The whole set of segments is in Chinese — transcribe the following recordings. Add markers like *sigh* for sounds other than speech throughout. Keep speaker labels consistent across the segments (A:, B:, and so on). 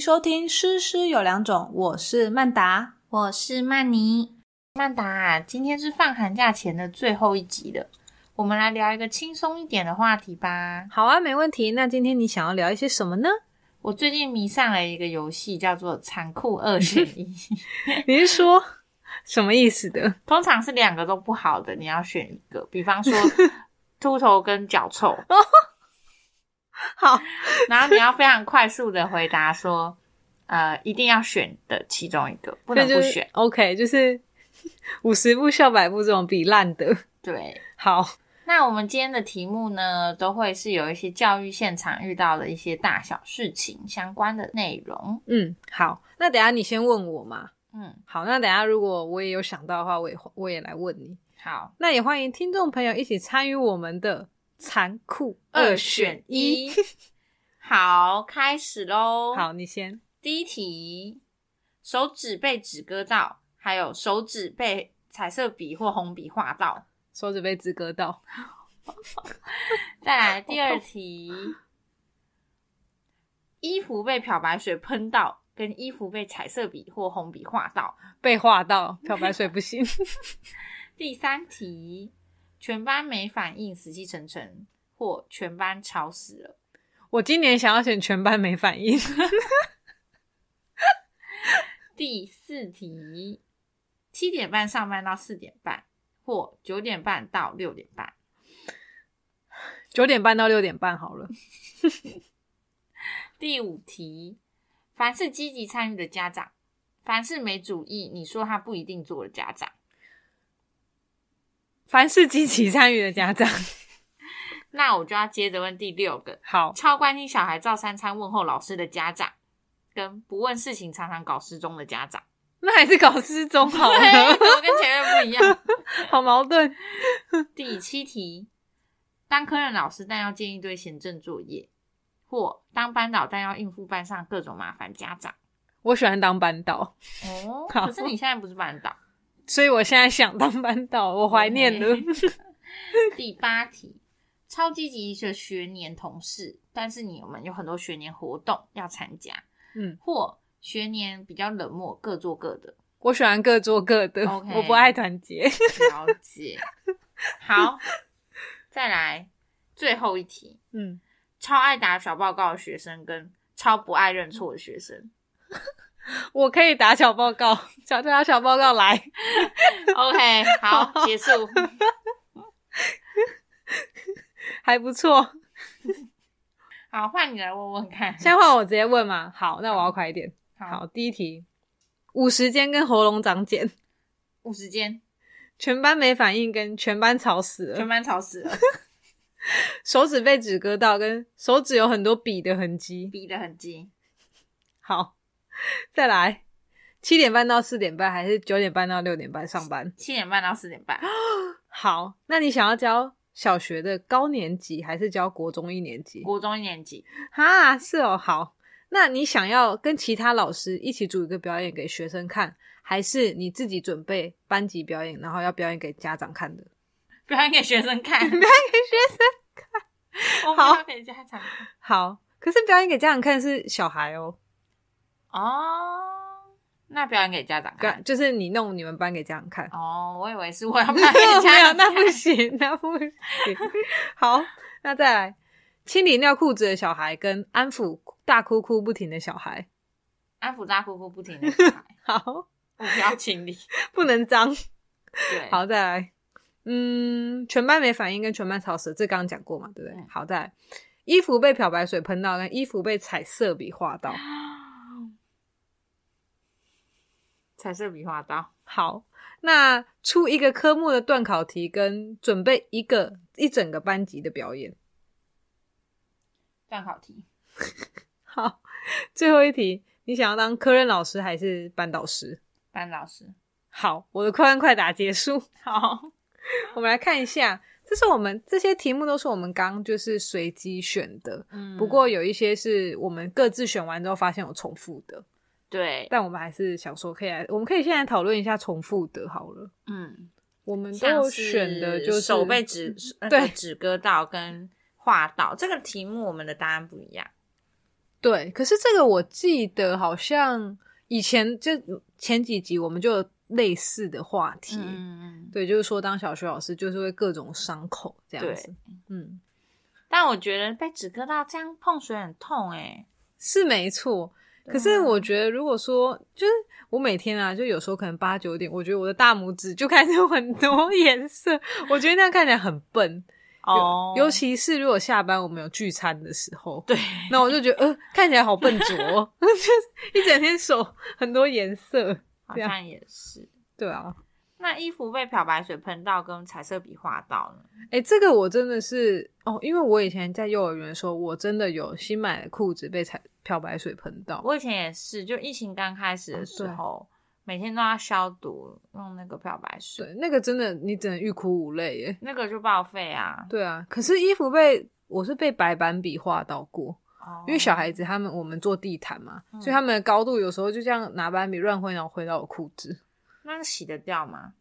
A: 收听《诗诗有两种》，我是曼达。
B: 我是曼妮。
C: 曼达、啊，今天是放寒假前的最后一集了，我们来聊一个轻松一点的话题吧。
A: 好啊，没问题。那今天你想要聊一些什么呢？
C: 我最近迷上了一个游戏，叫做“残酷二选一
A: *laughs* 你是说什么意思的？”，
C: 通常是两个都不好的，你要选一个。比方说， *laughs* 秃头跟脚臭，
A: 好，
C: 然后你要非常快速的回答说，呃，一定要选的其中一个，不
A: 不
C: 能不选。。
A: OK，就是五十步笑百步这种比烂的。
C: 对，
A: 好，
C: 那我们今天的题目呢，都会是有一些教育现场遇到的一些大小事情相关的内容。
A: 嗯，好。那等一下你先问我嘛。
C: 嗯，
A: 好，那等一下如果我也有想到的话，我也我也来问你。
C: 好，
A: 那也欢迎听众朋友一起参与我们的残酷二选一。。
C: *laughs* 好，开始喽。
A: 好，，你先。
C: 第一题，手指被纸割到，还有手指被彩色笔或红笔画到。
A: 手指被资格到，
C: 再来第二题， *laughs* 衣服被漂白水喷到，跟衣服被彩色笔或红笔画到。
A: 被划到，漂白水不行。
C: 第三题，全班没反应，死气沉沉，或全班吵死了。
A: 我今年想要选全班没反应， *laughs*
C: 第四题，七点半上班到四点半，或九点半到六点半。
A: 九点半到六点半好了。
C: 第五题，凡是积极参与的家长，凡是没主意，你说他不一定做的家长。
A: 凡是积极参与的家长， *laughs*
C: 那我就要接着问第六个，
A: 好，
C: 超关心小孩照三餐问候老师的家长，跟不问事情常常搞失踪的家长。
A: 那还是搞失踪好
C: 对
A: 了，
C: 怎么跟前面不一样？
A: *laughs* 好矛盾。
C: 第七题，当科任老师但要建一堆行政作业，或当班导但要应付班上各种麻烦家长。
A: 我喜欢当班导，
C: 哦，
A: 好
C: 可是你现在不是班导。
A: 所以我现在想当班
C: *laughs*
A: 导，我怀念了。
C: 第八题，超积极的学年同事，但是你们有很多学年活动要参加，
A: 嗯，
C: 或学年比较冷漠，各做各的。
A: *laughs* 我喜欢各做各的
C: OK
A: 我不爱团结。 *laughs*
C: 了解。好，再来最后一题，
A: 嗯，
C: 超爱打小报告的学生跟超不爱认错的学生。
A: 我可以打小报告， *laughs* 小打小报告来。 *laughs*
C: OK，好，结束。
A: 还不错。
C: 好，换你来问问看。
A: 现在换我直接问嘛？好，那我要快一点。好，
C: 好，
A: 第一题，五十肩跟喉咙长茧，
C: 五十间，
A: 全班没反应，跟全班吵死
C: 全
A: 了，
C: 班吵死了，
A: 手指被纸割到，跟手指有很多笔的痕迹。
C: 逼得很紧。
A: 好， *laughs* 再来，七点半到四点半，还是九点半到六点半上班？
C: 七点半到四点半，
A: 好，那你想要教小学的高年级，还是教国中一年级？
C: 国中一年级，
A: 哈，是哦，好。那你想要跟其他老师一起组一个表演给学生看，还是你自己准备班级表演，然后要表演给家长看的？
C: 表演给学生
A: *laughs*
C: 看，我
A: 好
C: 们要给家长看。
A: 好，可是表演给家长看是小孩哦，
C: 哦，那表演给家长
A: 表
C: 看。
A: 就是你弄你们班给家长看。
C: 哦，我以为是我
A: *laughs*
C: 要表
A: 没
C: 演给家
A: 有，
C: 长看。
A: 那不行， *laughs* 那不行。好，那再来，清理尿裤子的小孩跟安抚大哭哭不停的小孩。
C: 安抚大哭哭不停的小孩，
A: 好，
C: 我
A: *laughs*
C: 不要清理。
A: 不能脏。
C: 对，，
A: 好，再来，嗯，全班没反应跟全班吵死，这刚刚讲过嘛，对不对？
C: 嗯
A: 好，再来，衣服被漂白水喷到，跟衣服被彩色笔画到。
C: *gasps* 彩色笔画刀，
A: 好，那出一个科目的段考题，跟准备一个一整个班级的表演。
C: 段考题，
A: 好，最后一题，你想要当科任老师还是班导师？
C: 班老师。
A: 好，我的快问快答结束。 *laughs*
C: 好，
A: 我们来看一下，这是我们这些题目都是我们刚就是随机选的。
C: 嗯
A: 不过有一些是我们各自选完之后发现有重复的，
C: 对，
A: 但我们还是想说可以来，我们可以现在讨论一下重复的好了。
C: 嗯。
A: 我们都
C: 像
A: 有
C: 是
A: 选的就是嗯
C: 手被纸那个
A: 对嗯
C: 纸割到跟画到这个题目，我们的答案不一样。
A: 对，可是这个我记得好像以前就前几集我们就有类似的话题，
C: 嗯，
A: 对，就是说当小学老师就是会各种伤口这样子，嗯，
C: 但我觉得被纸割到这样碰水很痛哎、
A: 是没错。可是我
C: 啊
A: 觉得如果说就是我每天啊，就有时候可能八九点，我觉得我的大拇指就开始有很多 *laughs* 颜色，我觉得那样看起来很笨，
C: 得哦，
A: 尤其是如果下班我们有聚餐的时候。 *laughs*
C: 对，
A: 那我就觉得，呃，看起来好笨拙哦， *laughs* 就是一整天手很多颜色，
C: 好
A: 这样
C: 像也是。
A: 对啊，
C: 那衣服被漂白水喷到跟彩色笔画到呢？
A: 哎、这个我真的是哦，因为我以前在幼儿园的时候，我真的有新买的裤子被彩漂白水喷到。
C: 我以前也是，就疫情刚开
A: 哦
C: 始的时候，每天都要消毒，用那个漂白水，
A: 对，那个真的你只能欲哭无泪耶。
C: 那个就报废啊。
A: 对啊，可是衣服被我是被白板笔画到过，
C: 哦
A: 因为小孩子他们我们做地毯嘛，
C: 嗯
A: 所以他们的高度有时候就这样拿板笔乱挥，然后挥到我裤子。
C: 那洗得掉吗？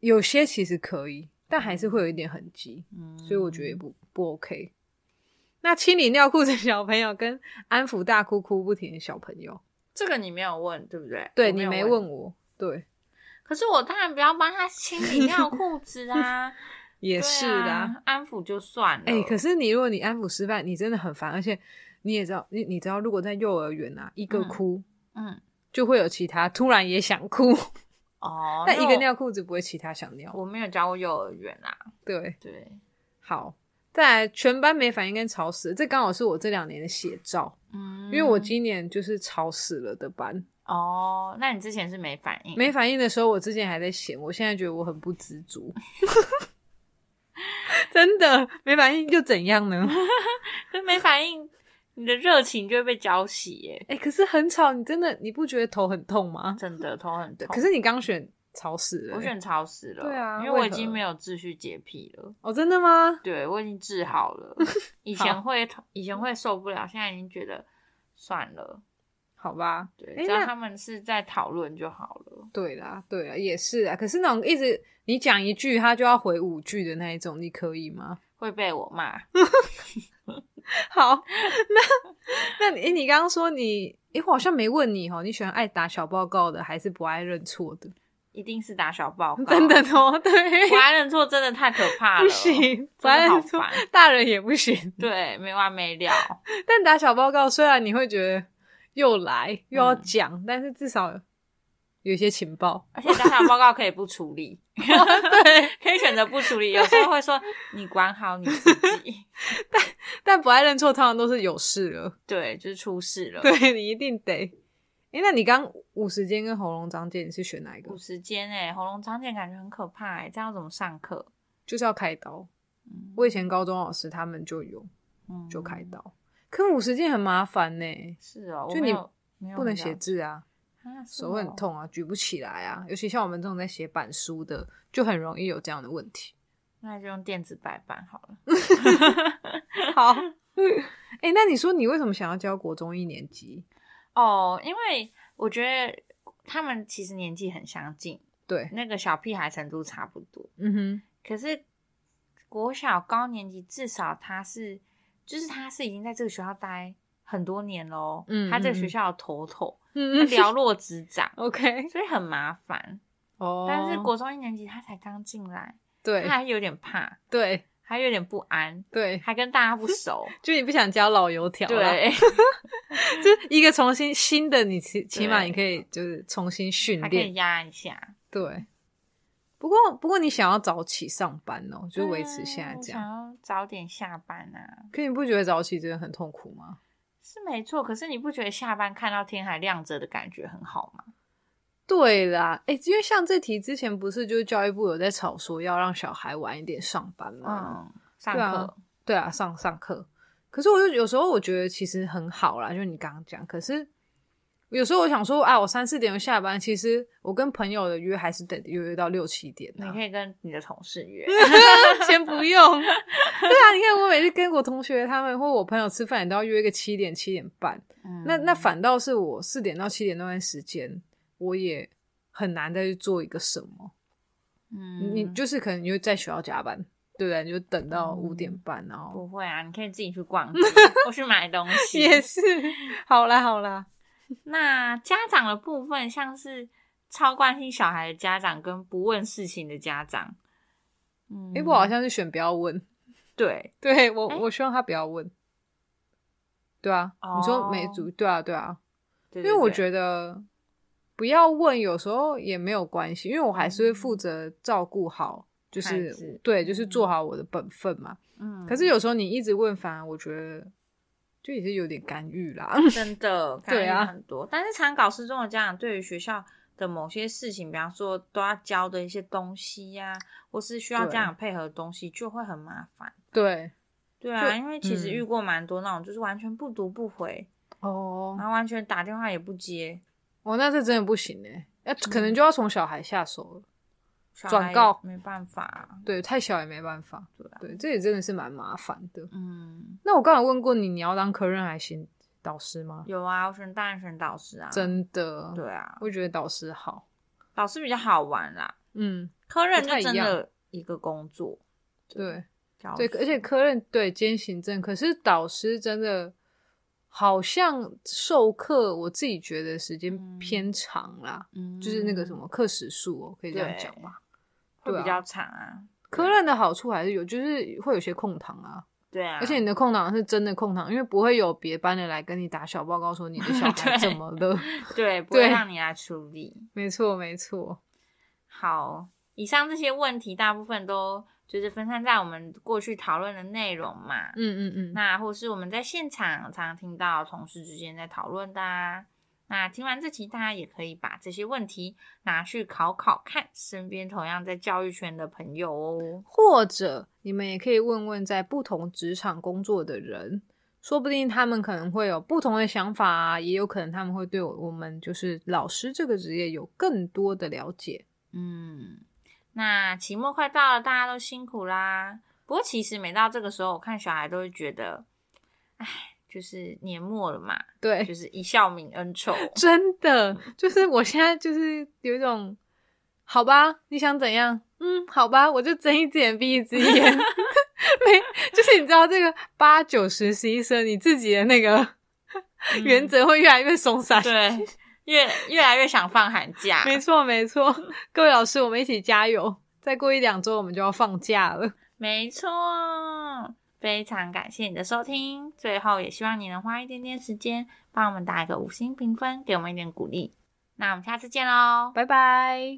A: 有些其实可以，但还是会有一点痕迹，
C: 嗯，
A: 所以我觉得也不不 OK。那清理尿裤子的小朋友跟安抚大哭哭不停的小朋友，
C: 这个你没有问，对不对？
A: 对
C: 我
A: 你
C: 有欸
A: 没
C: 问
A: 问。我，对。
C: 可是我当然不要帮他清理尿裤子啊，
A: *laughs* 也
C: 对
A: 是啦。
C: 啊，安抚就算了。
A: 哎、可是你如果你安抚失败，你真的很烦，而且你也知道，你你知道，如果在幼儿园啊，一个
C: 嗯
A: 哭、
C: 嗯，
A: 就会有其他突然也想哭，
C: 哦，
A: *laughs* 但一
C: 因
A: 个
C: 为
A: 尿裤子不会其他想尿。
C: 我，我没有教过幼儿园啊，
A: 对，
C: 对，
A: 好，再来全班没反应跟吵死了，这刚好是我这两年的写照，
C: 嗯，
A: 因为我今年就是吵死了的班，
C: 哦，那你之前是没反应，
A: 没反应的时候，我之前还在嫌，我现在觉得我很不知
C: *laughs*
A: 足。真的没反应又怎样
C: *laughs*
A: 呢？
C: 可是 *laughs* 没反应，你的热情就会被浇熄耶，
A: 哎、可是很吵，你真的你不觉得头很痛吗？
C: 真的头很
A: 对，
C: 痛。
A: 可是你刚选潮湿、欸，
C: 我选潮湿了，
A: 对啊
C: 因为我已
A: 为何
C: 经没有秩序洁癖了，
A: 哦，真的吗？
C: 对我已经治好
A: *laughs*
C: 了。以前会以前会受不了，现在已经觉得算了，
A: 好吧，
C: 对，
A: 诶
C: 只要
A: 那
C: 他们是在讨论就好了。
A: 对啦，对啦，也是啊。可是那种一直你讲一句，他就要回五句的那一种，你可以
C: *laughs*
A: 吗？
C: 会被我骂，
A: 好， *laughs* 那那你诶你刚刚说你，诶，我好像没问你哦，你喜欢爱打小报告的，还是不爱认错
C: *laughs*
A: 的？
C: 一定是打小报
A: *laughs*
C: 告，
A: 真的哦，
C: *laughs*
A: 对，
C: 不爱认错真的太可怕了，
A: 不，行，不爱
C: 真的好
A: 认错，
C: 烦。
A: 大人也不行。 *laughs*
C: 对，没完没了，
A: 但打小报告，虽然你会觉得又来又要
C: 嗯
A: 讲，但是至少有一些情报。
C: 而且打小报告可以不处
A: *laughs*
C: 理，对，可以选择不处理。有时候会说你管好你自己，
A: 但不爱认错，通常都是有事了，
C: 对，就是出事了。，
A: 对你一定得。诶、那你刚五十肩跟喉咙张健，你是选哪一个
C: 五？十肩哎，喉咙长茧感觉很可怕哎、这样要怎么上课？
A: 就是要开刀。
C: 嗯
A: 我以前高中老师他们就有
C: 嗯
A: 就开刀，可五十肩很麻烦呢、
C: 是哦，我
A: 就
C: 没
A: 你
C: 有没有
A: 不能
C: 很了
A: 写字啊，
C: 啊，是
A: 手会
C: 哦
A: 很。痛啊，举不起来啊。尤其像我们这种在写板书的，就很容易有这样的问
C: *laughs*
A: 题。
C: 那就用电子白板好了。
A: 好， *laughs* 诶、那你说你为什么想要教国中一年级？
C: 哦，因为我觉得他们其实年纪很相近，
A: 对，
C: 那个小屁孩程度差不多。
A: 嗯哼，
C: 可是国小高年级至少他是，就是他是已经在这个学校待很多年喽，
A: 嗯
C: 他这个
A: 嗯
C: 学
A: 嗯
C: 校的
A: *laughs*
C: 头头，他
A: 嗯嗯，
C: 寥落指掌
A: ，OK，
C: 所以很麻烦。
A: 哦，
C: 但是国中一年级他才刚进来，
A: 对
C: 他还有点怕，
A: 对
C: 还有点不安，
A: 对，
C: 还跟大家不
A: *laughs*
C: 熟，
A: 就你不想教老油条啦，
C: 对， *laughs*
A: 就一个重新新的你起起码你可以就是重新训
C: 还可以
A: 练，
C: 压一下，
A: 对。不过不过你想要早起上班哦，就维持现在
C: 对
A: 这
C: 啊
A: 样。
C: 我想要早点下班啊。
A: 可你不觉得早起真的很痛苦吗？
C: 是没错，可是你不觉得下班看到天还亮着的感觉很好吗？
A: 对啦，哎，因为像这题之前不是就是教育部有在吵说要让小孩晚一点上班吗？
C: 嗯，上
A: 对啊
C: 课，
A: 对啊，上上课。可是我就有时候我觉得其实很好啦，就是你刚刚讲，可是有时候我想说啊，我三四点就下班，其实我跟朋友的约还是得约到六七点、啊。
C: 你可以跟你的同事约。 *laughs*
A: 先不用。 *laughs* 对啊，你看我每次跟我同学他们或我朋友吃饭，也都要约个七点七点半。
C: 嗯
A: 那那反倒是我四点到七点那段时间，我也很难再去做一个什么。
C: 嗯
A: 你就是可能又在学校加班，对不对？你就等到
C: 嗯
A: 五点半，然后
C: 不会啊，你可以自己去逛
A: *laughs*
C: 街或去买东西。
A: 也是，
C: 嗯
A: 好啦好啦，
C: *laughs* 那家长的部分，像是超关心小孩的家长跟不问事情的家长，嗯，
A: 哎、我好像是选不要问，
C: 对，
A: 对我
C: 诶
A: 我希望他不要问，对啊，你说美
C: 哦
A: 族，对啊对啊，
C: 对
A: 因为我
C: 得
A: 觉得不要问，有时候也没有关系，因为我还是会负责照顾好，就
C: 嗯孩
A: 是
C: 子
A: 对，就是
C: 嗯
A: 做好我的本分嘛。
C: 嗯，
A: 可是有时候你一直问，反而我觉得就也是有点干预
C: *laughs*
A: 啦。 *laughs*
C: 真的
A: 对啊
C: 干预很多，但是常搞失踪的家长对于学校的某些事情，比方说都要教的一些东西呀、或是需要
A: 对
C: 家长配合的东西，就会很麻烦。
A: 对，
C: 对
A: 就
C: 啊，因为其实
A: 嗯
C: 遇过蛮多那种，就是完全不读不回，
A: 哦
C: 然，后完全打电话也不接，
A: 哦，那这真的不行哎、那可能
C: 嗯
A: 就要从小孩下手了。
C: 小
A: 转
C: 孩也
A: 告
C: 没办法啊、
A: 对，太小也没办法。
C: 对啊，
A: 对，这也真的是蛮麻烦的。
C: 嗯，
A: 那我刚才问过你，你要当科任还行导师吗？
C: 有啊，我选当然选导师啊，
A: 真的，
C: 对啊，
A: 我觉得导师好。
C: 导师比较好玩啦，
A: 嗯，
C: 科任就
A: 不太
C: 真
A: 一样
C: 的一个工作，
A: 对
C: 教
A: 对，
C: 书
A: 而且科任对兼行政，可是导师真的好像授课，我自己觉得时间
C: 嗯
A: 偏长啦，
C: 嗯
A: 就是那个什么课时数哦，可以这样
C: 对
A: 讲吧。
C: 会
A: 对啊
C: 比较长啊，
A: 科任的好处还是有，就是会有些空堂啊，
C: 对啊，
A: 而且你的空档是真的空档，因为不会有别班的来跟你打小报告说你的小孩
C: *laughs* 对
A: 怎么了。
C: 对不会
A: 对
C: 让你来处理。
A: 没错，没错。
C: 好，以上这些问题大部分都就是分散在我们过去讨论的内容嘛，
A: 嗯嗯嗯，
C: 那或是我们在现场常常听到同事之间在讨论的、啊。那听完这期，大家也可以把这些问题拿去考考看身边同样在教育圈的朋友哦。
A: 或者你们也可以问问在不同职场工作的人，说不定他们可能会有不同的想法啊，也有可能他们会对我我们就是老师这个职业有更多的了解。
C: 嗯，那期末快到了，大家都辛苦啦。不过其实每到这个时候，我看小孩都会觉得，哎，就是年末了嘛，就
A: 对，
C: 是一笑泯恩仇。
A: 真的就是我现在就是有一种，好吧，你想怎样？嗯，好吧，我就睁一只眼闭一只眼。 *laughs* 没， *laughs* 就是你知道这个八九十十一生，你自己的那个
C: 嗯
A: 原则会越来越松散。
C: 对，越越来越想放寒假。
A: 没错，没错，各位老师，我们一起加油！再过一两周，我们就要放假了。
C: 没错，非常感谢你的收听。最后也希望你能花一点点时间帮我们打一个五星评分，给我们一点鼓励。那我们下次见喽，
A: 拜拜。